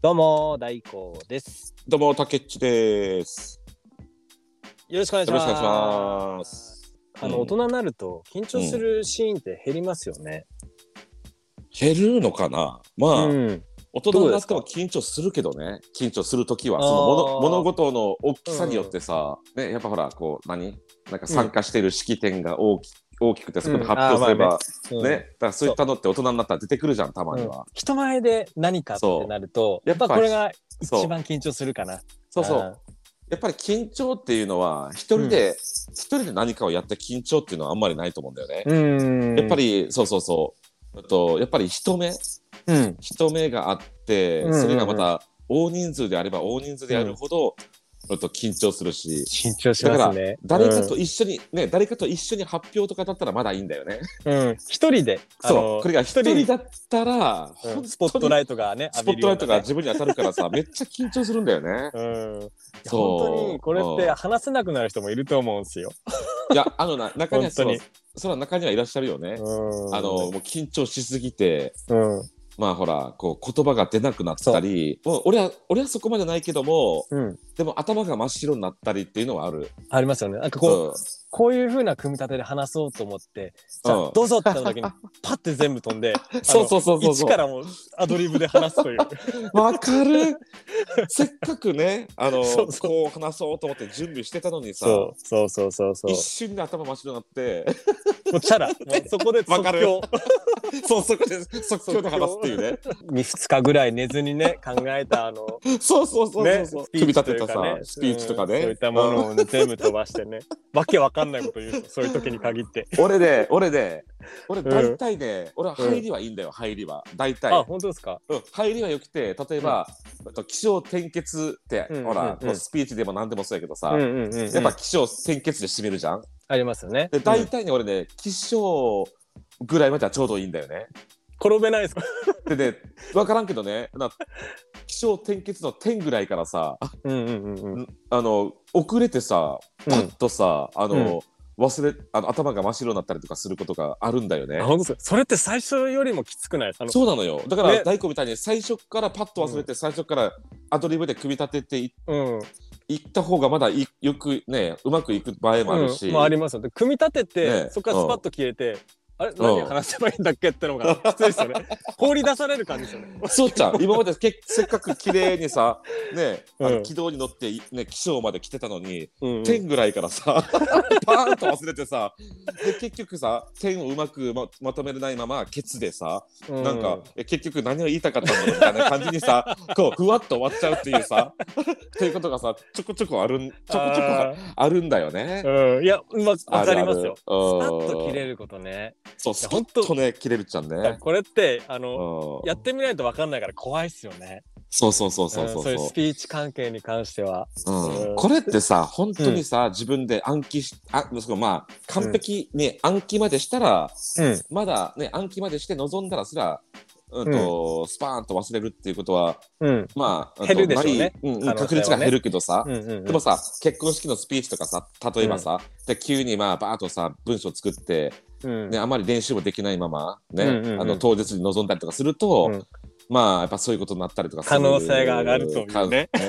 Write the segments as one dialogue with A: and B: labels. A: どうも大光です。
B: どうも、たけっちです。
A: よろしくお願いし
B: よ
A: ま
B: ろ
A: す。
B: しくお願いします。
A: あの
B: うん
A: 大人になると緊張するシーンって減りますよね。
B: 減るのかなまあ、
A: うん。
B: 大人になって
A: どう
B: も
A: で
B: 緊張するけどね、緊張するときは、
A: あー
B: その物物事の大きさによってさ、ね、やっぱほら、こう、何なんか参加している式典が大き,、大きくて、そこで発表すれ
A: うんあ
B: ば、
A: うん
B: ね、だからそういったのって大人になったら出てくるじゃん、たまには。
A: 人前で何かってなると、
B: そう
A: やっぱこれが
B: そう
A: 一番緊張するかな。
B: そうそ
A: あー
B: う。。やっぱり緊張っていうのは、一人で、一人で何かをやった緊張っていうのはあんまりないと思うんだよね。
A: うん。
B: やっぱ、り、そうそうそう。あと、やっぱり人目。
A: うん。
B: 人目があって、
A: うんうんうん
B: それがまた大人数であれば大人数であるほど、ちょっと緊張するし
A: 緊張しますね。
B: 誰かと一緒に、ね誰かと一緒に発表とかだったらまだいいんだよね。
A: うん、うん一人で、あ
B: そ
A: の
B: うこれが一
A: 一
B: 人
A: 人
B: だったら、
A: うん
B: 本当に
A: スポットライトがね、
B: スポットライトが
A: 浴
B: 自分に当たるか らさめっちゃ緊張するんだよね。
A: びるようなね。うん。いや
B: そう
A: 本当にこれって話せなくなる人もいると思うんですよ。
B: いやあのな中にはそ
A: 本
B: う
A: 当
B: そら中にはいらっしゃるよね。
A: うん
B: あのもう緊張しすぎて
A: うん
B: まあほらこう言葉が出なくなったりもう俺は俺はそこまでないけども
A: うん、
B: でも頭が真っ白になったりっていうのはある。
A: ありますよね。なんかこう、
B: うん
A: こういう風な組み立てで話そうと思って、じゃあ
B: うん
A: どうぞって言った時に、 パッて全部飛 んで、
B: そうそうそうそう
A: 一
B: そう
A: からもうアドリブで話すと いう。
B: わか るせっかくねあの
A: そうそう
B: こう話そうと思って準備してたのにさ
A: そうそうそうそうそう
B: 一。瞬で頭真っ白になって
A: もうチャラ。もうそこ で
B: わか
A: 即
B: る
A: 興。
B: そうそこで即興で話すっていうね
A: 二二日ぐらい寝ずにね、考えたあの、
B: そうそうそうそう
A: ね、
B: そう、
A: スピ
B: 組み
A: ーチ
B: 立
A: とい
B: て
A: う
B: た
A: か
B: さ
A: ね
B: スピーチとか
A: うん
B: ね
A: そういったもの
B: うん
A: をね全部飛ばして ね、わけわかんないこと言う人、そういう時に限って。
B: 俺で俺で俺
A: ん
B: 大体ね、俺は入りはいいんだよ入りは大体、
A: あ、本当ですか
B: うん、入りはよくて例えば、あと気象転結って、
A: うん
B: ほら、
A: うんうん
B: こうスピーチでも何でもそうやけどさ、
A: うんうんうんうん。
B: やっぱ気象転結で締めるじゃん
A: ありますよね。
B: で
A: う
B: 大
A: ん
B: 体ね、俺ね起承ぐらいまではちょうどいいんだよね。
A: 転べないですか
B: でね 分からんけどねな起承転結の点ぐらいからさあ
A: うんうんうんうん。
B: あの遅れてさパッとさ、あ
A: うん
B: の、忘れあの頭が真っ白になったりとかすることがあるんだよね
A: あ。本当ですかそれって最初よりもきつくないですかあの
B: そうなのよだか
A: ね
B: ら大工みたいに最初からパッと忘れて、最初からアドリブで組み立ててい
A: うん、
B: いった方がまだいよくねうまくいく場合もあるし、
A: うんまあ、ありますよね組み立てて、
B: ねえ
A: そこからスパッと消えて、あれ何
B: うん
A: 話せばいいんだっけってのが きついですよね放り出される感じですよね
B: そうちゃ ん今までけせっかく綺麗に さねあ
A: うん
B: の軌道に乗っていね気象まで来てたのに、
A: うんうん
B: 点ぐらいからさ パーンと忘れてさで結局さ点をうまくままとめれないままケツでさ、
A: う
B: なんかえ結局何を言いたかったんだろうみたいな感じ にさこうふわっと終わっちゃうっていうさっていうことがさちょこちょこあるんちょこちょこあ
A: あ
B: るんだよね。
A: ーうんいやまあわかりますよス
B: あるある
A: パ
B: うん
A: ッと切れることね
B: そう
A: や
B: スパ
A: ほん
B: ッ
A: と
B: とね切れるじゃん
A: だから
B: ね。
A: これってあ
B: う
A: の
B: ん
A: やってみないとわかんないから怖いっすよね
B: そうそうそうそう
A: う
B: そ
A: ん
B: う
A: そういう
B: そ
A: スピーチ関係に関しては
B: う、
A: うん
B: うん、これってさ本当にさ、自分で暗記しあそのまあ完璧に暗記までしたら、
A: うん
B: まだね暗記までして臨んだらすら、うんとスパーンと忘れるっていうことは
A: うん
B: まあ
A: 減るでしょうね
B: ないうんうん
A: 可能性はね
B: 確率が減るけどさ、
A: うんうん
B: でもさ結婚式のスピーチとかさ例えばさ、で急にまあバーッとさ文章作って、
A: うん
B: ね、あまり練習もできないまま、ね
A: うんうんうん
B: あの当日に臨んだりとかすると、
A: うん
B: まあやっぱそういうことになったりとかする
A: 可能性が上がるというね
B: か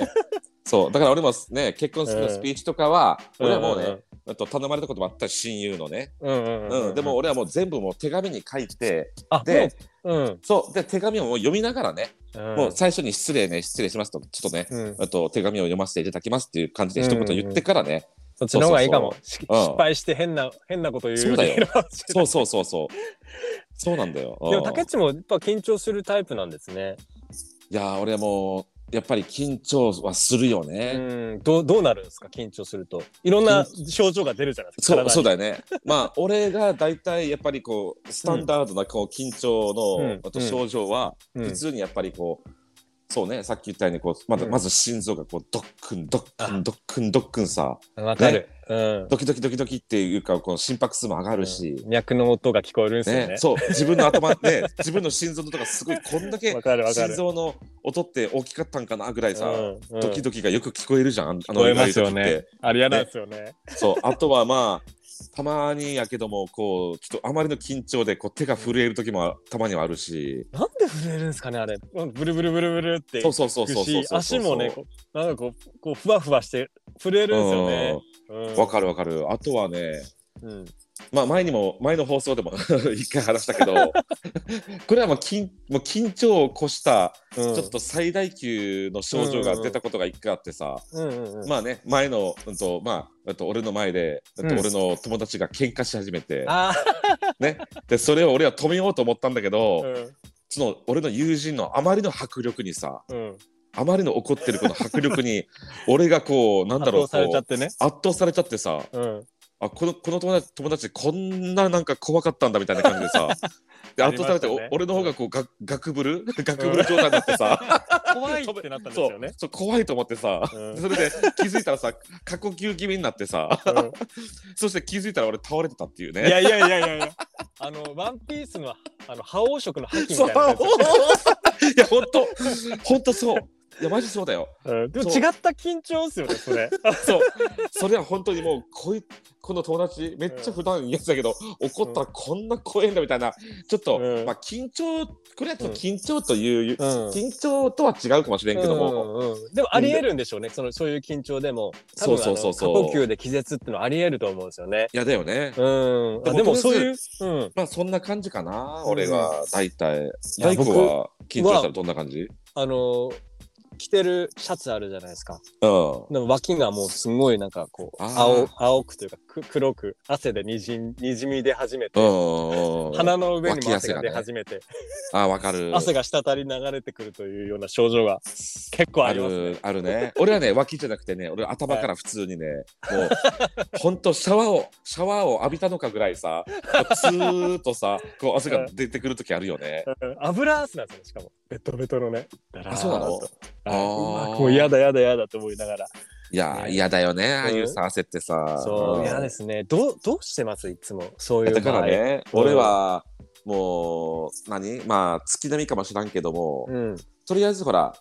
B: そうだから俺もね結婚式のスピーチとかは、俺はもうね、あと頼まれたこともあったし親友のね、
A: うんうんうん
B: うん、でも俺はもう全部もう手紙に書いて
A: あ
B: で、
A: もううん
B: そうで手紙をもう読みながらね、
A: うん
B: もう最初に失礼ね失礼しますとちょっとね、
A: うん
B: あと手紙を読ませていただきますっていう感じで一言言ってからね、
A: そっちの方がいいかも。し
B: うん
A: 失敗して変な変なこと言うよ
B: そうだよ
A: りは
B: そうそうそうそうそうなんだようん
A: でも竹内もやっぱ緊張するタイプなんですね。
B: いやー俺もうやっぱり緊張はするよ
A: う
B: ね、
A: ん。どうどうなるんですか緊張すると。いろんな症状が出るじゃないですか。
B: そうそう
A: だ。
B: だよねまあ俺が大体やっぱりこうスタンダードなこう緊張の、
A: うん
B: あと症状は
A: うん
B: 普通にやっぱりこう、そうねさっき言ったようにこうまず、
A: うん
B: まず心臓がこうドックンドックンドックンドックンさ
A: わかる。うん。
B: ドキドキドキドキっていうかこう心拍数も上がるし、
A: 脈の音が聞こえるんですよ
B: ね
A: ね。
B: そう自分の頭ね自分の心臓のとかすごいこんだけ
A: わか るわか
B: 心
A: る。
B: 臓の音って大きかったんかなぐらいさ、
A: うんうん
B: ドキドキがよく聞こえるじゃんあの
A: 聞こえますよ
B: ああいう時っ
A: ね
B: て。
A: あれ嫌なんですよね。
B: そうあとはまあたまにやけどもこうちょっとあまりの緊張でこう手が震える時もたまにはあるし
A: なんで震えるんですかねあれうんブルブルブルブルって
B: そうそうそうそうそう
A: し足もねこうなんかこうこうふわふわして震えるんですよね
B: う
A: うん
B: んわかるわかるあとはね
A: うん
B: まあ前にも前の放送でも 一回話したけど これはもう緊もう緊張を越した
A: ちょ
B: ちょっと最大級の症状が出たことが一回あってさ、
A: うんうんうん
B: まあね前の、うんとまあえっと、俺の前で、えっと
A: うん
B: 俺の友達が喧嘩し始めて、
A: あ
B: ね、でそれを俺は止めようと思ったんだけど、
A: ーうん
B: その俺の友人のあまりの迫力にさ
A: うん
B: あまりの怒ってるこの迫力に俺がこうなんだ
A: 圧
B: ろう
A: 倒さ
B: こう
A: れちゃってね
B: 圧倒されちゃってさ
A: うん
B: あこのこの友達友達こんななんか怖かったんだみたいな感じで さで圧倒されて、
A: ありましたね
B: お俺の方がこうがガクブルガクブル状態になってさ。
A: 怖いってなったんですよね
B: そうそう怖いと思ってさ、
A: うん
B: それで気づいたらさ過呼吸気味になってさ
A: うん
B: そして気づいたら俺倒れてたっていうね
A: いやいやいやいやいや。あの、ワンピースの、あの、覇王色の覇気み
B: そう
A: たいなやつですよね。
B: いや本当本当そういやマジそうだよ
A: うんでも違った緊張ですよね、それ。
B: そうそれは本当にもうこいこの友達めっちゃ普段やつだけど、怒ったらこんな怖いんだみたいなちょっと、
A: うん
B: まあ緊張これはちょっと緊張という、
A: うん
B: 緊張とは違うかもしれんけども、
A: うんうんでもありえるんでしょうね、そのそういう緊張でも、多分
B: そうそうそうそ
A: あ
B: う
A: の過呼吸で気絶っていうのはありえると思うんですよね。
B: いやだよね、
A: うん、
B: で
A: あ
B: も
A: でも
B: と
A: そう
B: りあ
A: い
B: え
A: う、うん、
B: まあそんな感じかな、
A: うん
B: 俺は大体
A: いや
B: 大工は緊張したら
A: 僕
B: どんな感じ
A: あの着てるシャツあるじゃないですか
B: うん
A: でも脇がもうすごいなんかこう
B: あ
A: 青
B: ー
A: 青くというかく黒く汗でにじんにじみ出始めて
B: うん
A: 鼻の上にも汗が
B: 脇汗がね
A: 出始めて、
B: あわかる
A: 汗が滴り流れてくるというような症状が結構あ
B: あ
A: りますね
B: る。あるね俺はね脇じゃなくてね俺頭から普通 にね、もうほんとシャワーをシャワーを浴びたのかぐらいさスーッとさこう汗が出てくる時あるよね、
A: うん油汗なんですよね、しかも。ベトベトのね。
B: あそうな
A: だらー
B: の
A: っと
B: あー
A: はい、うわもう嫌だ嫌だ嫌だと思いながら。
B: いや
A: ね
B: 嫌、だよねああいうさ汗ってさ
A: そう、
B: ん
A: 嫌ですね。どう、どうしてますいつも。そういう
B: だ
A: 場
B: か
A: 合。
B: らね、
A: うん
B: 俺はもう何まあ月並みかもしらんけども、
A: うん。
B: とりあえずほら、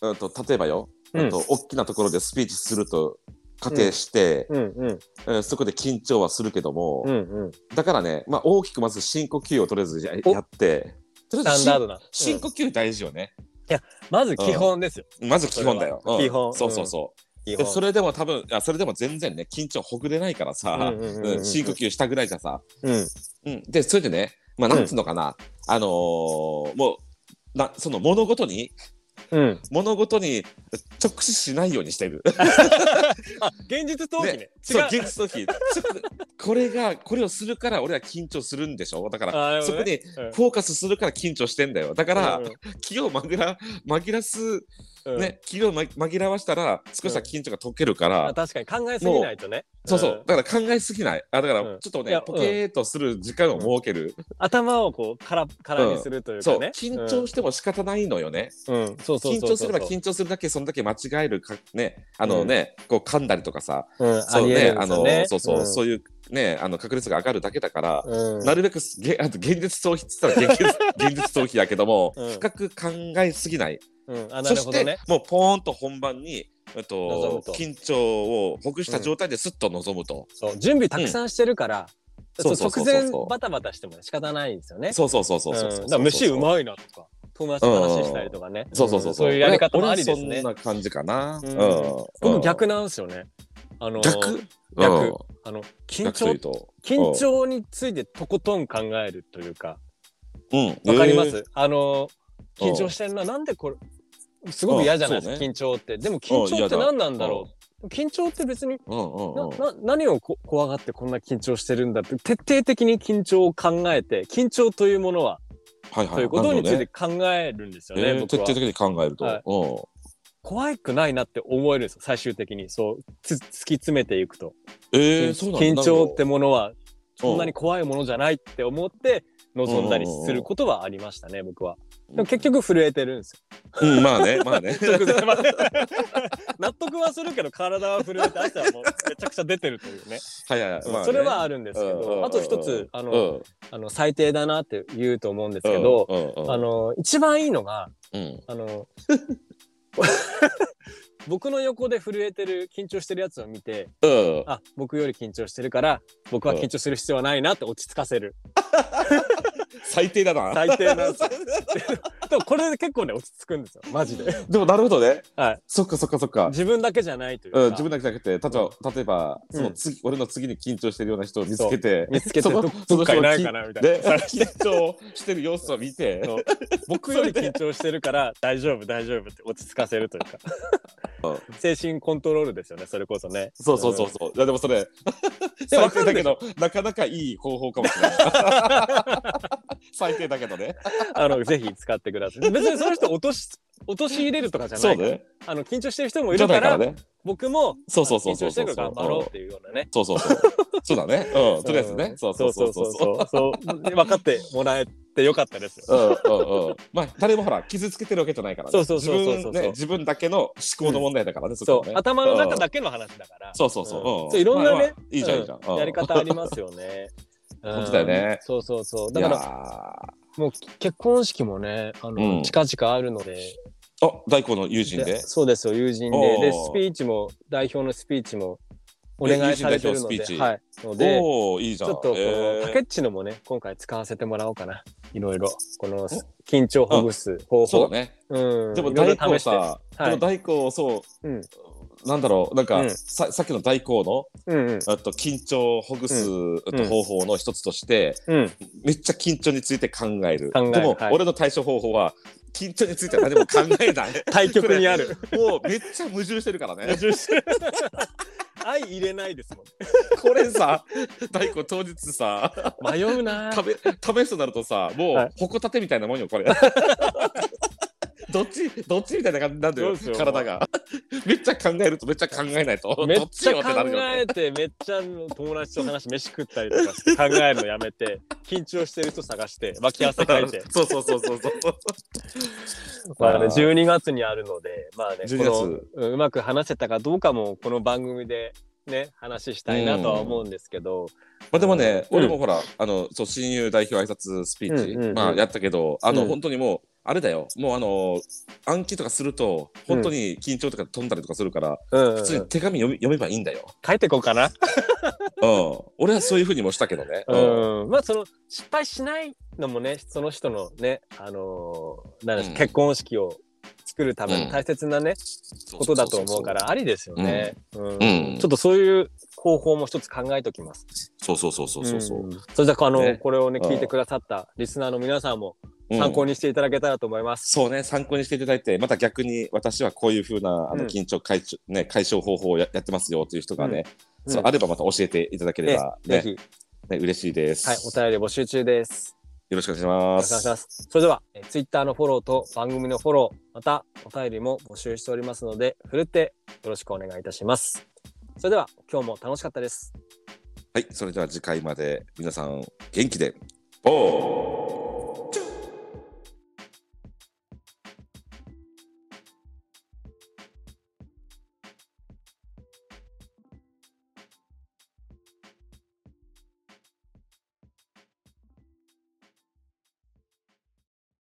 B: うん、と例えばよ、
A: う
B: うん
A: ん、
B: と大きなところでスピーチすると仮定して、
A: うん、うん、
B: えーそこで緊張はするけども、
A: うん、うん。
B: だからね、まあ、大きくまず深呼吸をとりあえずや
A: お
B: やって
A: ス
B: とりあえ
A: タ
B: ず
A: ン
B: 深
A: ダードな。
B: 深
A: う
B: 呼吸大事よね、
A: んまず基本ですよ。
B: まず基本だよ、
A: それは
B: うん
A: 基本
B: そうそうそう、
A: 基
B: で
A: 本。
B: それでも多分あそれでも全然ね緊張ほぐれないからさ、
A: うんうんうんうん
B: うん深呼吸したぐらいじゃさ、
A: うん。
B: うん、でそれでねまあなんつうのかな、あのーもうなその物事に
A: うん。
B: 物事に直視しないよう にしてる。
A: あ、現実逃避ね。違
B: そう
A: う。
B: 現実の時ちょっと これがこれをするから俺は緊張するんでしょだから、
A: あーなるほ
B: そ
A: ど
B: こ
A: ね
B: に
A: うん
B: フォーカスするから緊張してんだよだから、
A: うん
B: 気を紛ら紛らす、
A: うん
B: ね気をま紛らわしたら少しは緊張が解けるから、
A: あ確かに考えすぎないとね。
B: そうそ
A: ん
B: うだから考えすぎないあだから
A: うん
B: ちょっと
A: い
B: ね、
A: や
B: ポケーっとする時間を設ける、
A: 頭をこう、から、からにするという
B: そ
A: か
B: う
A: ね。
B: 緊張しても仕方ないのよね、
A: うん、うんそうそうそうそう。
B: 緊張すれば緊張するだけそのだけ間違えるかねあのね、こう噛んだりとかさ
A: うん、あ
B: そう
A: りえ
B: ね
A: るんで
B: あ
A: す
B: の
A: よね。
B: そうそう、
A: ん
B: そういうねあの確率が上がるだけだから、
A: うん
B: なるべくすげあと現実逃避っつったら現実現実逃避だけども、
A: うん
B: 深く考えすぎない
A: うん、あな
B: そ
A: る
B: し
A: ほど
B: て、
A: ね。
B: もうポーンと本番に、え
A: 臨
B: っと
A: むと
B: 緊張をほぐした状態ですっと臨むと、
A: そう準備たくさんしてるから、
B: うん
A: そう
B: そうそう
A: 直
B: そうそう
A: 前バタバタしても仕方ないんですよね。
B: そうそうそうそうそううんそう
A: だから飯うまいなとか友達と話したりとかね。
B: そうそうそう
A: そういうやり方もありです
B: 俺
A: ね
B: そん。な感じかな、
A: う
B: うんん
A: 僕逆なんですよね。あの
B: 逆
A: 逆
B: うん
A: あの緊
B: 逆という
A: 張
B: と
A: 緊張についてとことん考えるというか
B: うん
A: わかります、
B: えー
A: あの
B: うん
A: 緊張してるななんでこれすごく嫌じゃないですか、
B: うんそう
A: 緊
B: ね
A: 張ってでも緊張って何なんだろう緊張って別に
B: うんうん
A: な
B: うん
A: な何をこ怖がってこんな緊張してるんだって徹底的に緊張を考えて緊張というものは
B: はいはい
A: ということについ
B: な
A: て
B: る
A: 考えるんです
B: ほ
A: よ
B: ど
A: ね、
B: ねえー徹
A: 僕
B: 底
A: は
B: 的に考えると、
A: はい
B: うん
A: 怖くないなって思えるんですよ最終的にそうつ突き詰めていくと、
B: えー、
A: 緊
B: そうなん
A: 緊
B: だ
A: 張ってものはそんな
B: う
A: に怖いものじゃないって思って臨んだりすることはありましたね僕はでも結局震えてるんで すよ
B: うんまあねま あね
A: 納得はするけど体は震えて汗はもうめちゃくちゃ出てると いうね
B: はいはいはい、まあね
A: それはあるんですけ
B: うんうんうん
A: どあと一つあの、
B: うん
A: あの最低だなって言うと思うんですけど、
B: うんうんうん
A: あの一番いいのが
B: うん
A: あの僕の横で震えてる緊張してるやつを見て
B: うん。
A: あ僕より緊張してるから僕は緊張する必要はないなって落ち着かせる
B: 最低だな。
A: 最低なん ですよでもこれで結構ね落ち着くんですよマジで
B: でもなるほどね。
A: はい
B: そっかそっかそっか。
A: 自分だけじゃないというか、
B: うん、自分だけじゃなくて、例えば、例えば、
A: うん
B: その次、俺の次に緊張してるような人を見つけて。
A: 見つけて
B: その
A: ど
B: そ
A: ど
B: の
A: っか
B: 人
A: い
B: が
A: な
B: き
A: いかなみたいな
B: で、緊張 してる様子を見て。
A: そう僕より緊張してるから大丈夫大丈夫って落ち着かせるというか精神コントロールですよねそれこそね
B: そうそうそうそう。いやでもそれ、
A: でも
B: 最低だけど、なかなかいい方法かもしれない。最低だけどね。
A: あのぜひ使ってください別にその人落とし落とし入れるとかじゃな
B: そう
A: いから
B: ね。
A: あの緊張してる人もい
B: じゃ
A: る
B: な
A: か
B: いから
A: ら
B: ね。
A: 僕も
B: そうそうそうそ
A: 緊
B: う
A: 張してるから頑張ろうっていうようなね
B: そうそうそう。そうだね。うん、とりあえずね。そうそうそうそうそう。
A: そうそうそうそう分かってもらえてよかったです
B: う
A: よ
B: んうんうん、まあ誰もほら傷つけてるわけじゃないから、ね、
A: そうそうそうそうそう
B: 自分,、ね、自分だけの思考の問題だからね、そ
A: そ
B: こは
A: う
B: ね
A: 頭の中だけの話だから
B: そうそうそう,、
A: うん
B: うん
A: そういろんなね
B: まあまあいいじゃんいいじゃん、
A: やり方ありますよね
B: 本当だよね
A: うんそうそうそう
B: だ
A: だ
B: か
A: から
B: ら
A: もう結婚式もねあの、
B: うん
A: 近々あるので
B: あ大光の友人で
A: そうですよ友人
B: お
A: で
B: ー
A: でスピーチも代表のスピーチもお願いされてるの
B: え友人代表スピ
A: で、はい、
B: ーチ
A: ので
B: おおいいじ
A: ち
B: ゃん
A: ょっとこ
B: え
A: の
B: ー
A: タケッチのもね今回使わせてもらおうかないろいろこの緊張をほぐす方
B: そう
A: 法
B: だね
A: うん
B: でも
A: いろい
B: 大
A: ろ
B: 光
A: 試して
B: さ、
A: はい
B: この大光をそう、
A: うん
B: なんだろうなんか、
A: うん
B: ささっきの大光の
A: うんうん
B: あと緊張をほぐす、あと
A: うん
B: 方法の一つとして、
A: うん
B: めっちゃ緊張について考える
A: 考える
B: でも、
A: はい
B: 俺の対処方法は緊張については何も考えない
A: 対局にある
B: これもうめっちゃ矛盾してるからね
A: 愛入れないですもん
B: これさ大光当日さ
A: 迷うな
B: 食 べ試すとなるとさも
A: は
B: う
A: い
B: ほこたてみたいなもんよ これどっちどっちみたいな感じになんだ
A: そう
B: よ
A: ですよ
B: 体がめっちゃ考えるとめっちゃ考えないと
A: め
B: ど
A: っ
B: っち
A: ちゃ
B: よ
A: 考
B: ってなるよね
A: えてめっちゃ友達と話飯食ったりとかして考えるのやめて緊張してる人探して脇汗かい て
B: そうそうそうそうそう
A: まあね
B: あー
A: 12月にあるのでまあね
B: 12月
A: このうんうまく話せたかどうかもこの番組でね話したいなとは思うんですけど、
B: まあでもね、
A: うん
B: 俺もほら、あの、そう、親友代表挨拶スピーチ、
A: うんうんうん
B: まあやったけど、あ
A: う
B: の、
A: ん
B: 本当にもう、あれだよ、もうあの、暗記とかすると、本当に緊張とか飛んだりとかするから、
A: うんうん
B: 普通に手紙読み読めばいいんだよ。
A: 書いてこうかな、
B: うん。俺はそういうふうにもしたけどね。うん。
A: うんまあその失敗しないのもねその人のねあのーなんでしょう
B: うん
A: 結婚式を作るための大切なね、ことだと思うか。らありですよね、うん
B: うん
A: ちょっとそういう方法も一つ考えておきます。
B: そうそうそうそうそうそう。
A: んそれじゃああの、
B: ね
A: これをね
B: うん
A: 聞いてくださったリスナーの皆さんも
B: うん
A: 参考にしていただけたらと思います。
B: そうね、参考にしていただいて、また逆に私はこういうふうなあ
A: う
B: の
A: ん
B: 緊張解消、ね、解消方法をややってますよという人がね、
A: うん
B: そう
A: うん
B: あればまた教えていただければ、
A: ぜ
B: ね
A: ひ、
B: ね、嬉しいです。
A: はい、お便り募集中です。
B: よろしくお願いし
A: お
B: ま
A: 願いし
B: す。
A: ます。それではえ Twitter のフォローと番組のフォローまたお便りも募集しておりますのでふるってよろしくお願いいたします。それでは今日も楽しかったです。
B: はい、それでは次回まで皆さん元気で。おー